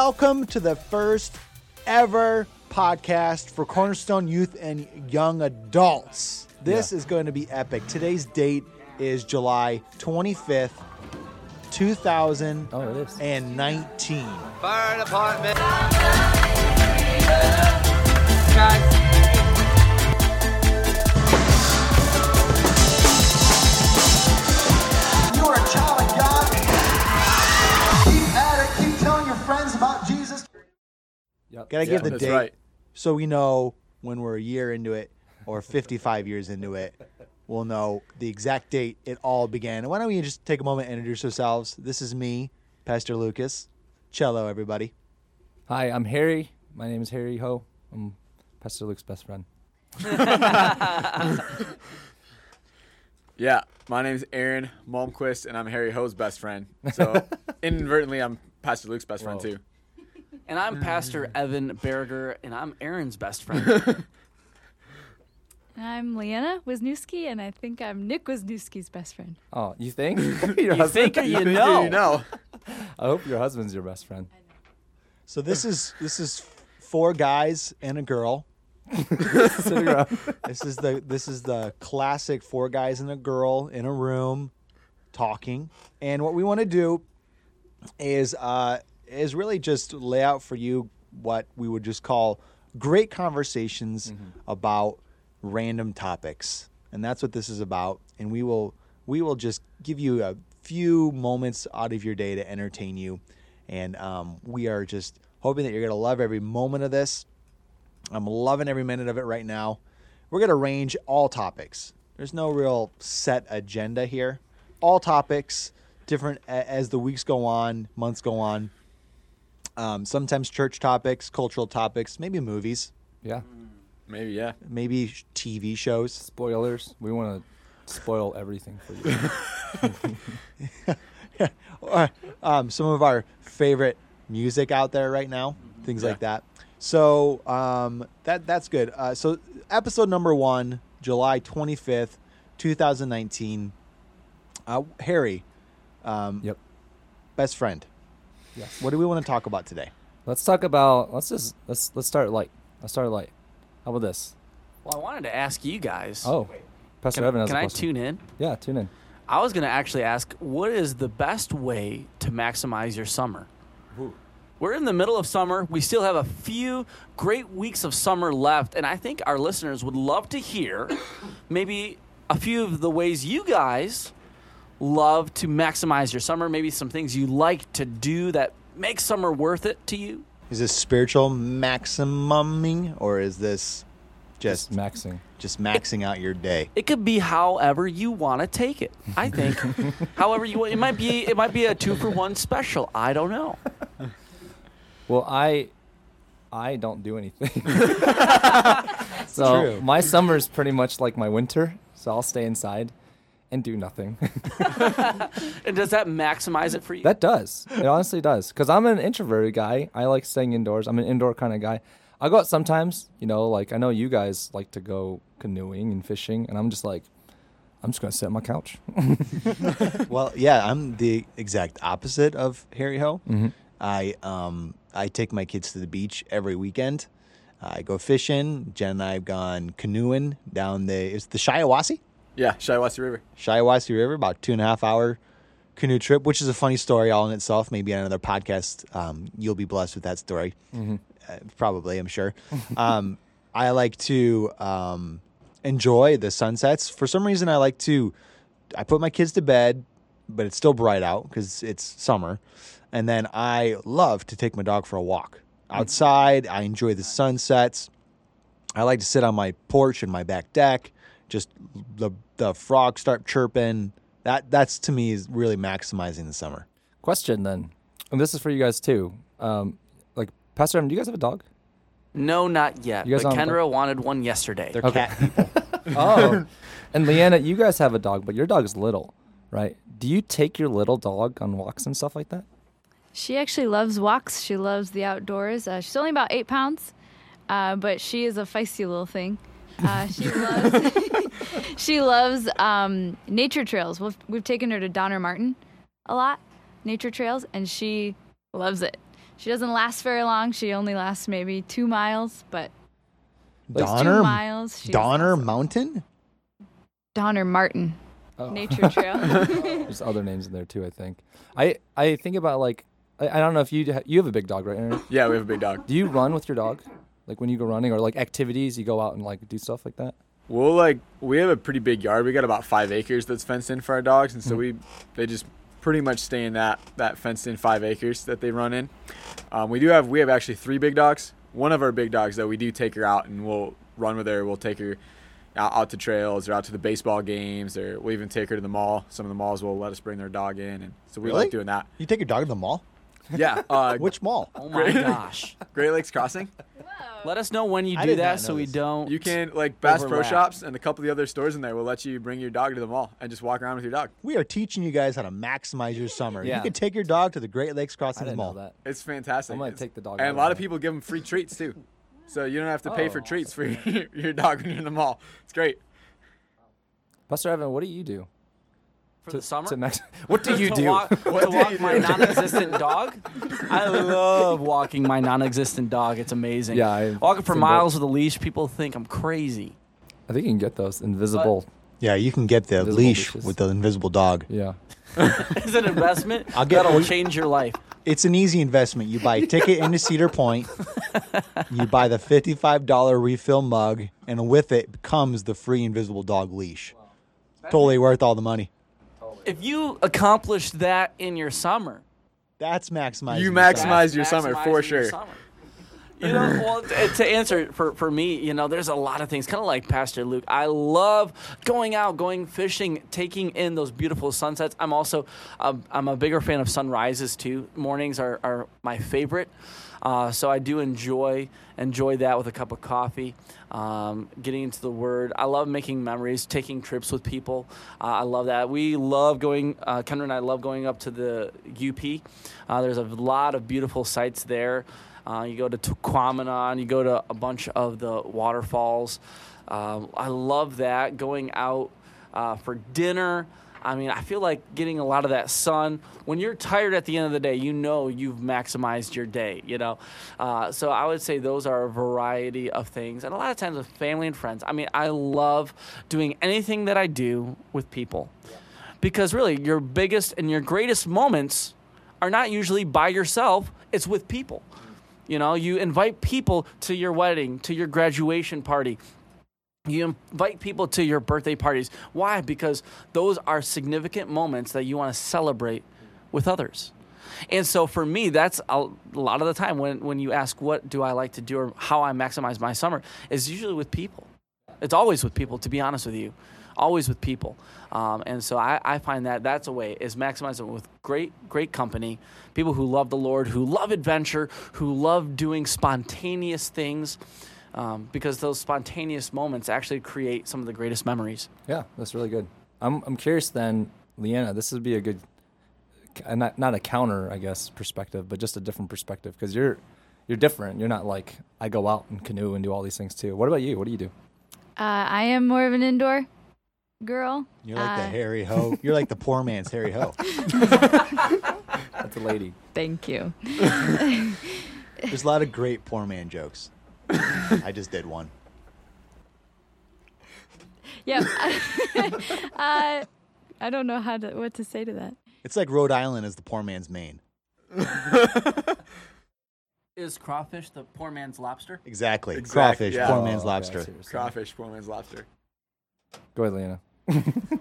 Welcome to the first ever podcast for Cornerstone Youth and Young Adults. This is going to be epic. Today's date is July 25th, Oh, 2019. Oh, it is. Fire department. You are a child of God. Keep at it. Keep telling your friends about Jesus. Yep. Gotta give the that's date right. so we know when we're a year into it or 55 years into it. We'll know the exact date it all began. And why don't we just take a moment and introduce ourselves? This is me, Pastor Lucas. Cello, everybody. Hi, I'm Harry. My name is Harry Ho. I'm Pastor Luke's best friend. Yeah, my name's Aaron Malmquist, and I'm Harry Ho's best friend. So inadvertently, I'm Pastor Luke's best friend Whoa. too. And I'm Pastor Evan Berger, and I'm Aaron's best friend. I'm Leanna Wisniewski, and I think I'm Nick Wisniewski's best friend. Oh, you think? your you think or you, Think know? You know. I hope your husband's your best friend. So this is this is four guys and a girl. Sitting around. This is the this is the classic four guys and a girl in a room talking. And what we want to do is uh, is really just lay out for you what we would just call great conversations about random topics, and that's what this is about. And we will we will just give you a few moments out of your day to entertain you, and um, we are just hoping that you're gonna love every moment of this. I'm loving every minute of it right now. We're gonna range all topics. There's no real set agenda here. All topics, different a- as the weeks go on, months go on. Um, sometimes church topics, cultural topics, maybe movies, Yeah. Mm. Maybe yeah. maybe sh- TV shows. Spoilers. We want to spoil everything for you. or um, some of our favorite music out there right now, things like that. So um, that that's good. Uh, so episode number one, July twenty fifth, two thousand nineteen. Uh, Harry, Um, yep. best friend. Yes. What do we want to talk about today? Let's talk about. Let's just let's let's start light. Let's start light. How about this? Well, I wanted to ask you guys. Oh, Pastor can, Evan has can a I question. tune in? Yeah, tune in. I was going to actually ask, what is the best way to maximize your summer? We're in the middle of summer. We still have a few great weeks of summer left, and I think our listeners would love to hear maybe a few of the ways you guys love to maximize your summer, maybe some things you like to do that make summer worth it to you. Is this spiritual maximuming, or is this just Maxing. just maxing out your day? It could be however you want to take it. I think however you want. It might be it might be a 2 for 1 special. I don't know. Well, I I don't do anything. so True. my summer is pretty much like my winter, so I'll stay inside and do nothing. And does that maximize it for you? that does. It honestly does. Cuz I'm an introverted guy. I like staying indoors. I'm an indoor kind of guy. I go out sometimes, you know, like I know you guys like to go canoeing and fishing and I'm just like I'm just going to sit on my couch. Well, yeah, I'm the exact opposite of Harry Ho. I um I take my kids to the beach every weekend. I go fishing. Jen and I have gone canoeing down the it's the Shiawassee, Yeah, Shiawassee River. Shiawassee River, about two and a half hour canoe trip, which is a funny story all in itself. Maybe on another podcast, um, you'll be blessed with that story. Uh, probably, I'm sure. um, I like to um, enjoy the sunsets. For some reason, I like to. I put my kids to bed, but it's still bright out because it's summer. And then I love to take my dog for a walk outside. I enjoy the sunsets. I like to sit on my porch and my back deck, just the the frogs start chirping. That that's to me is really maximizing the summer. Question then. And this is for you guys too. Um like Pastor Evan, do you guys have a dog? No, not yet. You guys but on- Kendra wanted one yesterday. They're cat people. Oh. and Leanna, you guys have a dog, but your dog is little, right? Do you take your little dog on walks and stuff like that? She actually loves walks. She loves the outdoors. Uh, she's only about eight pounds, uh, but she is a feisty little thing. Uh, she loves she loves um, nature trails. We've we've taken her to Donner Martin a lot, nature trails, and she loves it. She doesn't last very long. She only lasts maybe two miles, but Donner two miles. She's Donner Mountain. Donner Martin Oh. Nature Trail. There's other names in there too. I think. I I think about like I, I don't know if you ha- you have a big dog right, Aaron? Yeah, we have a big dog. Do you run with your dog? Like when you go running or like activities, you go out and like do stuff like that. We'll like we have a pretty big yard. We got about five acres that's fenced in for our dogs, and so Hmm. we they just pretty much stay in that that fenced in five acres that they run in. Um, we do have we have actually three big dogs. One of our big dogs though, we do take her out and we'll run with her. We'll take her out, out to trails or out to the baseball games, or we'll even take her to the mall. Some of the malls will let us bring their dog in, and so we Really? like doing that. You take your dog to the mall. Yeah, uh, Which mall? Oh my gosh. Great Lakes Crossing. Let us know when you I do did not that so know we this. don't. You can like Bass Pro Overlap. Shops and a couple of the other stores in there will let you bring your dog to the mall and just walk around with your dog. We are teaching you guys how to maximize your summer. Yeah. You can take your dog to the Great Lakes I Crossing didn't Mall. know that. It's fantastic. I might It's- take the dog And out a lot of of that. people give them free treats too, so you don't have to pay for Oh, treats for your, your dog when you're in the mall. It's great. Buster Evan, what do you do? for the summer? To next, what do you to do? Walk, to walk my non-existent dog. I love walking my non-existent dog. It's amazing. Yeah, I- walking for it's a miles with a leash. People think I'm crazy. I think you can get those invisible. Yeah, you can get the Invisible leash leashes. with the invisible dog. yeah. It's an investment I'll get- that'll change your life. It's an easy investment. You buy a ticket into Cedar Point, you buy the $55 refill mug, and with it comes the free invisible dog leash. Totally worth all the money. If you accomplished that in your summer, That's maximizing. You your summer. maximize your summer maximizing for your sure. summer. You know, well, t- to answer for, for me, you know, there's a lot of things, kind of like Pastor Luke. I love going out, going fishing, taking in those beautiful sunsets. I'm also, um, I'm a bigger fan of sunrises too. Mornings are, are my favorite. Uh, so I do enjoy enjoy that with a cup of coffee, um, getting into the Word. I love making memories, taking trips with people. Uh, I love that. We love going. Uh, Kendra and I love going up to the UP. Uh, there's a lot of beautiful sights there. Uh, you go to Tukwamanon, you go to a bunch of the waterfalls. Um, I love that. Going out uh, for dinner. I mean, I feel like getting a lot of that sun. When you're tired at the end of the day, you know you've maximized your day, you know? Uh, so I would say those are a variety of things. And a lot of times with family and friends, I mean, I love doing anything that I do with people. Because really, your biggest and your greatest moments are not usually by yourself, it's with people. You know, you invite people to your wedding, to your graduation party. You invite people to your birthday parties. Why? Because those are significant moments that you want to celebrate with others. And so for me, that's a lot of the time when, when you ask, what do I like to do or how I maximize my summer, is usually with people. It's always with people, to be honest with you. Always with people. Um, and so I, I find that that's a way is maximizing it with great, great company, people who love the Lord, who love adventure, who love doing spontaneous things, um, because those spontaneous moments actually create some of the greatest memories. Yeah, that's really good. I'm I'm curious then, Leanna. This would be a good, uh, not not a counter, I guess, perspective, but just a different perspective because you're you're different. You're not like I go out and canoe and do all these things too. What about you? What do you do? Uh, I am more of an indoor girl. You're like the Uh, Harry Ho. You're like the poor man's Harry Ho. That's a lady. Thank you. There's a lot of great poor man jokes. I just did one. Yep. uh, I don't know how to what to say to that. It's like Rhode Island is the poor man's Maine. Is crawfish the poor man's lobster? Exactly. Exact- Crawfish, yeah. poor Oh, man's yeah, I see lobster. what you're saying. Crawfish, poor man's lobster. Go ahead, Leanna.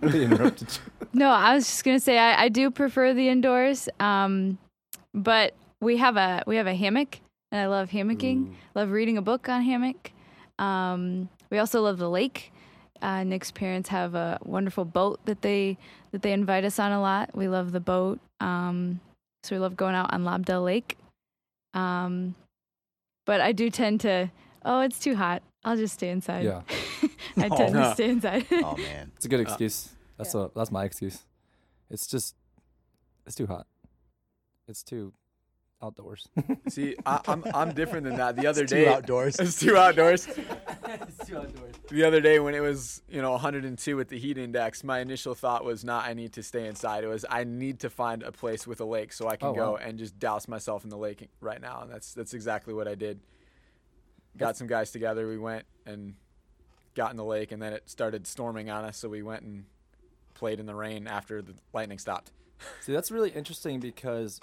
They interrupted you. No, I was just gonna say I, I do prefer the indoors, um, but we have a we have a hammock, and I love hammocking. Love reading a book on hammock. Um, we also love the lake. Uh, Nick's parents have a wonderful boat that they that they invite us on a lot. We love the boat, um, so we love going out on Lobdell Lake. Um, but I do tend to oh, it's too hot. I'll just stay inside. Yeah, I tend Aw. to stay inside. Oh man. it's a Uh, good excuse. That's a that's my excuse. It's just it's too hot. It's too outdoors. See, I, I'm I'm different than that. The other It's too day, outdoors. It's too outdoors. It's too outdoors. The other day when it was you know 102 with the heat index, my initial thought was not I need to stay inside. It was I need to find a place with a lake so I can Oh, go wow. and just douse myself in the lake right now, and that's that's exactly what I did. Got some guys together. We went and got in the lake, and then it started storming on us, so we went and played in the rain after the lightning stopped. See, that's really interesting because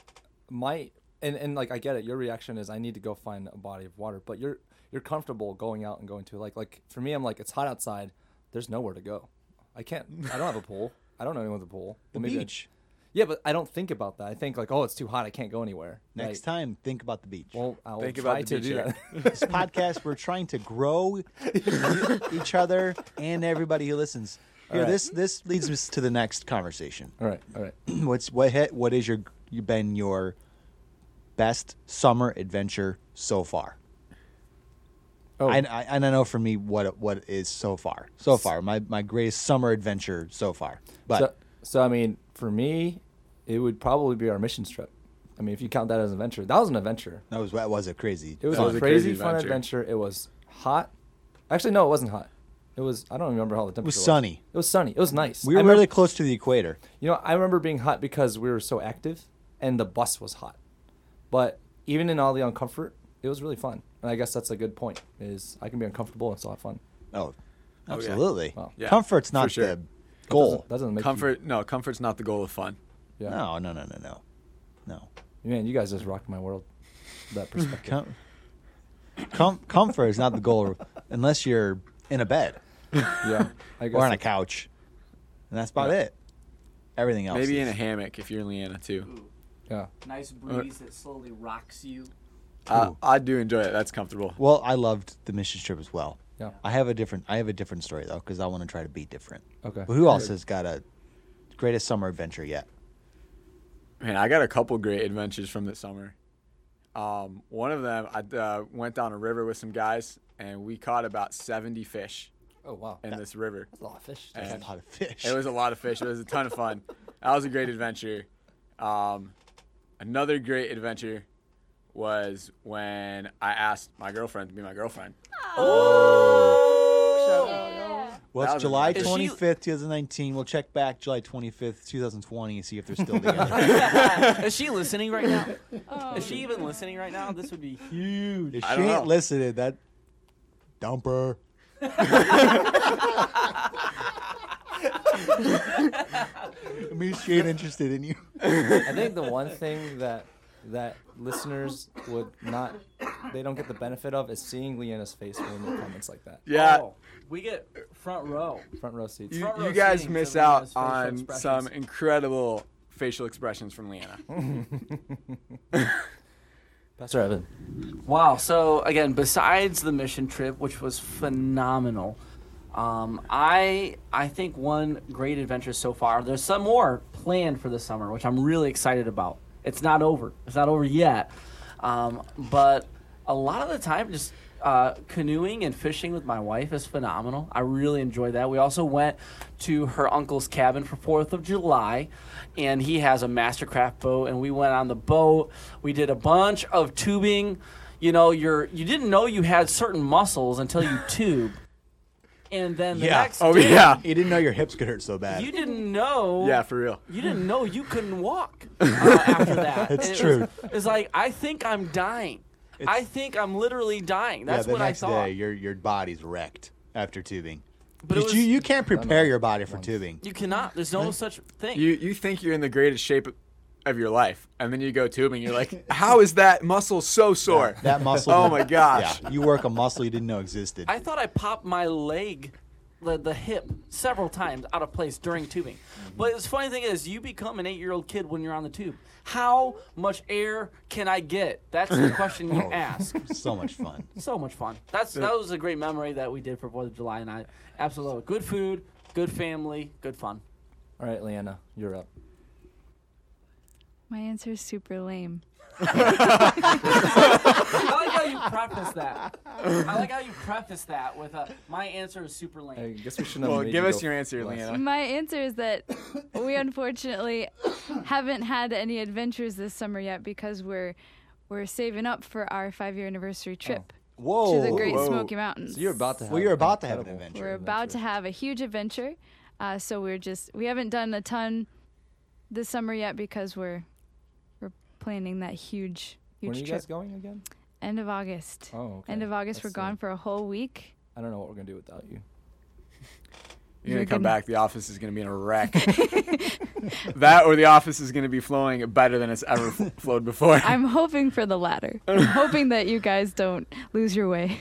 my and, and like I get it. Your reaction is I need to go find a body of water, but you're you're comfortable going out and going to like like for me, I'm like it's hot outside. There's nowhere to go. I can't. I don't have a pool. I don't know anyone with a pool. The Maybe I- beach. yeah, but I don't think about that. I think like, oh, it's too hot. I can't go anywhere. Next Like, time, think about the beach. Well, I'll Think about try the to beach do here. that. this podcast, we're trying to grow each other and everybody who listens. Here, right. this this leads us to the next conversation. all right, all right. What's what hit, what is your you been your best summer adventure so far? Oh, I, I and I know for me what it- what it is so far. So far, my my greatest summer adventure so far. But so, so I mean, for me, it would probably be our missions trip. I mean, if you count that as an adventure, that was an adventure. that was that was a crazy. It was, That was a a crazy, crazy fun adventure. adventure. It was hot. Actually, no, it wasn't hot. It was. I don't remember how the temperature was. sunny. It was sunny. It was nice. we I were remember- really close to the equator. You know, I remember being hot because we were so active, and the bus was hot. But even in all the uncomfort, it was really fun. And I guess that's a good point. Is I can be uncomfortable and still have fun. Oh, absolutely. Wow. Yeah, Comfort's not for sure. the That goal. That doesn't make you- Comfort, no, comfort's not the goal of fun. yeah. No, no, no, no, no, no. Man, you guys just rocked my world. That perspective. Com- com- comfort is not the goal unless you're in a bed yeah. I guess or on a that's- couch, and that's about it. Everything else, Maybe in a is- hammock if you're in Leanna too. Yeah. Nice breeze that slowly rocks you. I, I do enjoy it. That's comfortable. Well, I loved the mission trip as well. Yeah. I have a different. I have a different story though because I want to try to be different. Okay. But who else has got a greatest summer adventure yet? Man, I got a couple great adventures from this summer. Um, one of them, I uh, went down a river with some guys, and we caught about 70 fish Oh wow. in this river. That's a lot of fish. And A lot of fish. it was a lot of fish. It was a ton of fun. That was a great adventure. Um, another great adventure was when I asked my girlfriend to be my girlfriend. well, it's thousand July dollars. Is she- twenty fifth, two thousand nineteen. We'll check back July twenty fifth, two thousand twenty, and see if they're still together. Is she listening right now? Is she even listening right now? This would be huge. if she I don't ain't know. listening, that dumper. I mean, she ain't interested in you. I think the one thing that that listeners would not they don't get the benefit of is seeing Leanna's face when we make comments like that. Yeah. we get front row. Front row seats. You, Oh. Front row you guys seating miss to Leanna's out facial on expressions. some incredible facial expressions from Leanna. Pastor Evan. Wow. So again, besides the mission trip, which was phenomenal, um, I I think one great adventure so far. There's some more planned for the summer, which I'm really excited about. It's not over. It's not over yet. Um, but a lot of the time, just uh, canoeing and fishing with my wife is phenomenal. I really enjoy that. We also went to her uncle's cabin for Fourth of July, and he has a Mastercraft boat, and we went on the boat. We did a bunch of tubing. You know, you're you didn't know you had certain muscles until you tube, and then the next Oh, day, yeah. You didn't know your hips could hurt so bad. you didn't know Yeah, for real. you didn't know you couldn't walk uh, after that. That's And it true. was- it's like I think I'm dying. I think I'm literally dying. That's yeah, the what next I thought. day, your your body's wrecked after tubing. But it was- you you can't prepare your body for tubing. you cannot. There's no such thing. You you think you're in the greatest shape of your life, and then you go tubing. You're like, how is that muscle so sore? That muscle. Oh my gosh! Yeah, you work a muscle you didn't know existed. I thought I popped my leg, the, the hip, several times out of place during tubing. But the funny thing is, you become an eight year old kid when you're on the tube. How much air can I get? That's the question you ask. so much fun. So much fun. That's that was a great memory that we did for Fourth of July, and I absolutely love it. good food, good family, good fun. All right, Leanna, you're up. My answer is super lame. I like how you preface that. I like how you preface that with a my answer is super I lame. guess we shouldn't have Well, made give you us go your answer, last. Leanna. My answer is that we unfortunately haven't had any adventures this summer yet because we're We're saving up for our five year anniversary Oh. trip Whoa. to the Great Whoa. Smoky Mountains. So you're about to have Well, you're about to have an incredible- adventure. We're about to have a huge adventure. Uh, so we're just we haven't done a ton this summer yet because we're we're planning that huge When are huge you trip. guys going again? End of August. Oh, okay. End of August. we're That's, uh, gone for a whole week. I don't know what we're gonna do without you. You're You're gonna come gonna- back. The office is gonna be in a wreck. that or the office is gonna be flowing better than it's ever f- flowed before. I'm hoping for the latter. I'm hoping that you guys don't lose your way.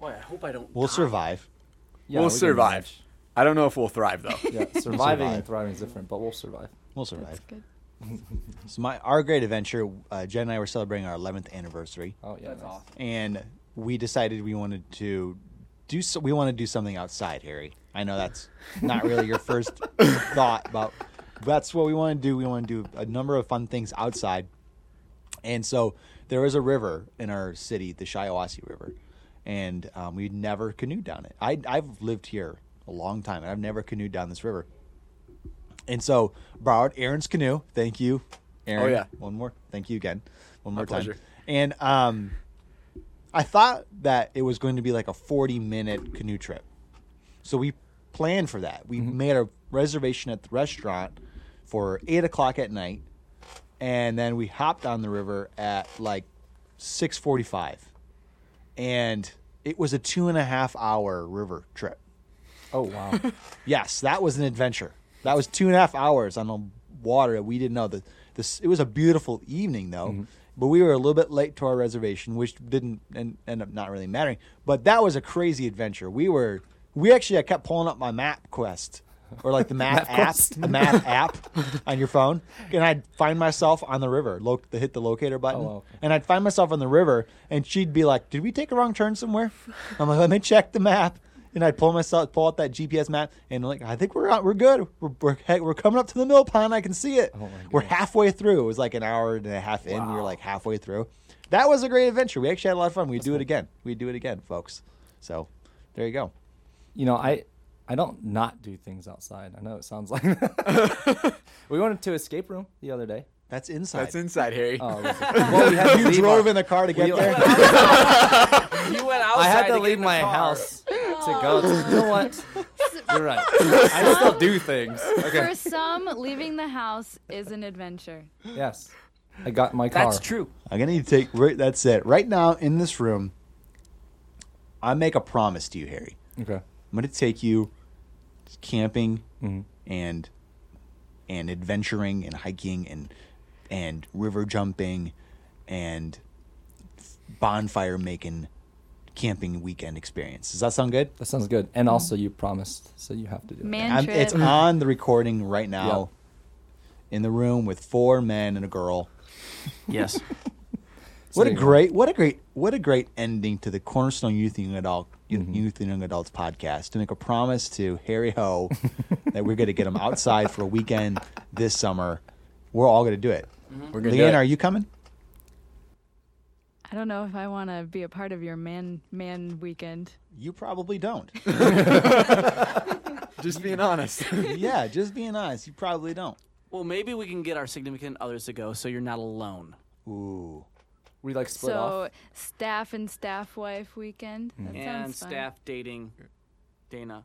Boy, I hope I don't. We'll survive. Yeah, we'll we can survive. manage. I don't know if we'll thrive though. Yeah, surviving survive. and thriving is different, but we'll survive. We'll survive. Good. So my our great adventure, uh, Jen and I were celebrating our 11th anniversary, Oh yeah, that's nice. and we decided we wanted to do so, we want to do something outside, Harry. I know that's not really your first thought, but that's what we want to do. We want to do a number of fun things outside, and so there is a river in our city, the Shiawassee River, and um, we'd never canoed down it. I, I've lived here a long time, and I've never canoed down this river. And so borrowed Aaron's canoe. Thank you, Aaron. Oh, yeah. One more. Thank you again. One more time. pleasure. And um, I thought that it was going to be like a 40 minute canoe trip. So we planned for that. We made a reservation at the restaurant for eight o'clock at night, and then we hopped on the river at like six forty-five, and it was a two and a half hour river trip. Oh wow. Yes, that was an adventure. That was two and a half hours on the water. We didn't know that this. It was a beautiful evening though, Mm-hmm. but we were a little bit late to our reservation, which didn't end, end up not really mattering. But that was a crazy adventure. We were. We actually, I kept pulling up my map quest. Or like the map app, the map app on your phone, and I'd find myself on the river. Lo- the hit the locator button, Oh, okay. and I'd find myself on the river, and she'd be like, "Did we take a wrong turn somewhere?" I'm like, "Let me check the map," and I'd pull myself, pull out that GPS map, and like, "I think we're out, we're good, we're we're, heck, we're coming up to the mill pond. I can see it. we're halfway through. It was like an hour and a half in. We were like halfway through. That was a great adventure. We actually had a lot of fun. We do it again. We do it again, folks. So, there you go. you know, I I don't not do things outside. I know it sounds like we went to escape room the other day. That's inside. That's inside, Harry. Oh, it was- well, we had to You leave drove our- in the car to get we- there. You went outside. I had to get leave in the my car. house to go. To, you know what? You're right. I still do things. Okay. For some, leaving the house is an adventure. Yes. I got in my car. That's true. I'm gonna need to take. Right, that's it. Right now in this room, I make a promise to you, Harry. Okay. I'm gonna take you camping and and adventuring and hiking and and river jumping and bonfire making camping weekend experience. Does that sound good? That sounds good. And also, you promised, so you have to do it. Man I'm, trip. it's on the recording right now. In the room with four men and a girl. Yes. What a Sitting great, what a great, what a great ending to the Cornerstone Youth and Young Adult Mm-hmm. Youth and Young Adults podcast to make a promise to Harry Ho that we're going to get him outside for a weekend this summer. We're all going to do it. We're gonna do Leanne, it. are you coming? I don't know if I want to be a part of your man man weekend. You probably don't. Just being honest. yeah, just being honest, you probably don't. well, maybe we can get our significant others to go, so you're not alone. Ooh, We like split so off. staff and staff wife weekend. That and sounds fun. staff dating Dana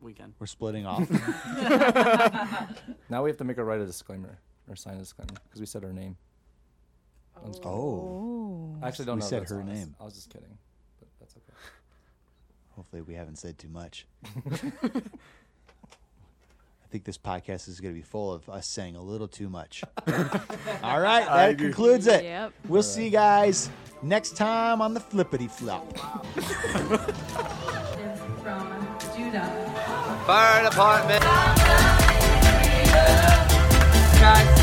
weekend. we're splitting off. Now we have to make her write a disclaimer or sign a disclaimer because we said her name. oh, Oh. I actually don't We know. if said that's her honest. name. I was just kidding, but that's okay. hopefully we haven't said too much. I think this podcast is going to be full of us saying a little too much. all right, that agree. concludes it. Yep. We'll see you guys next time on the Flippity Flop. from Judah. Fire department. Guys.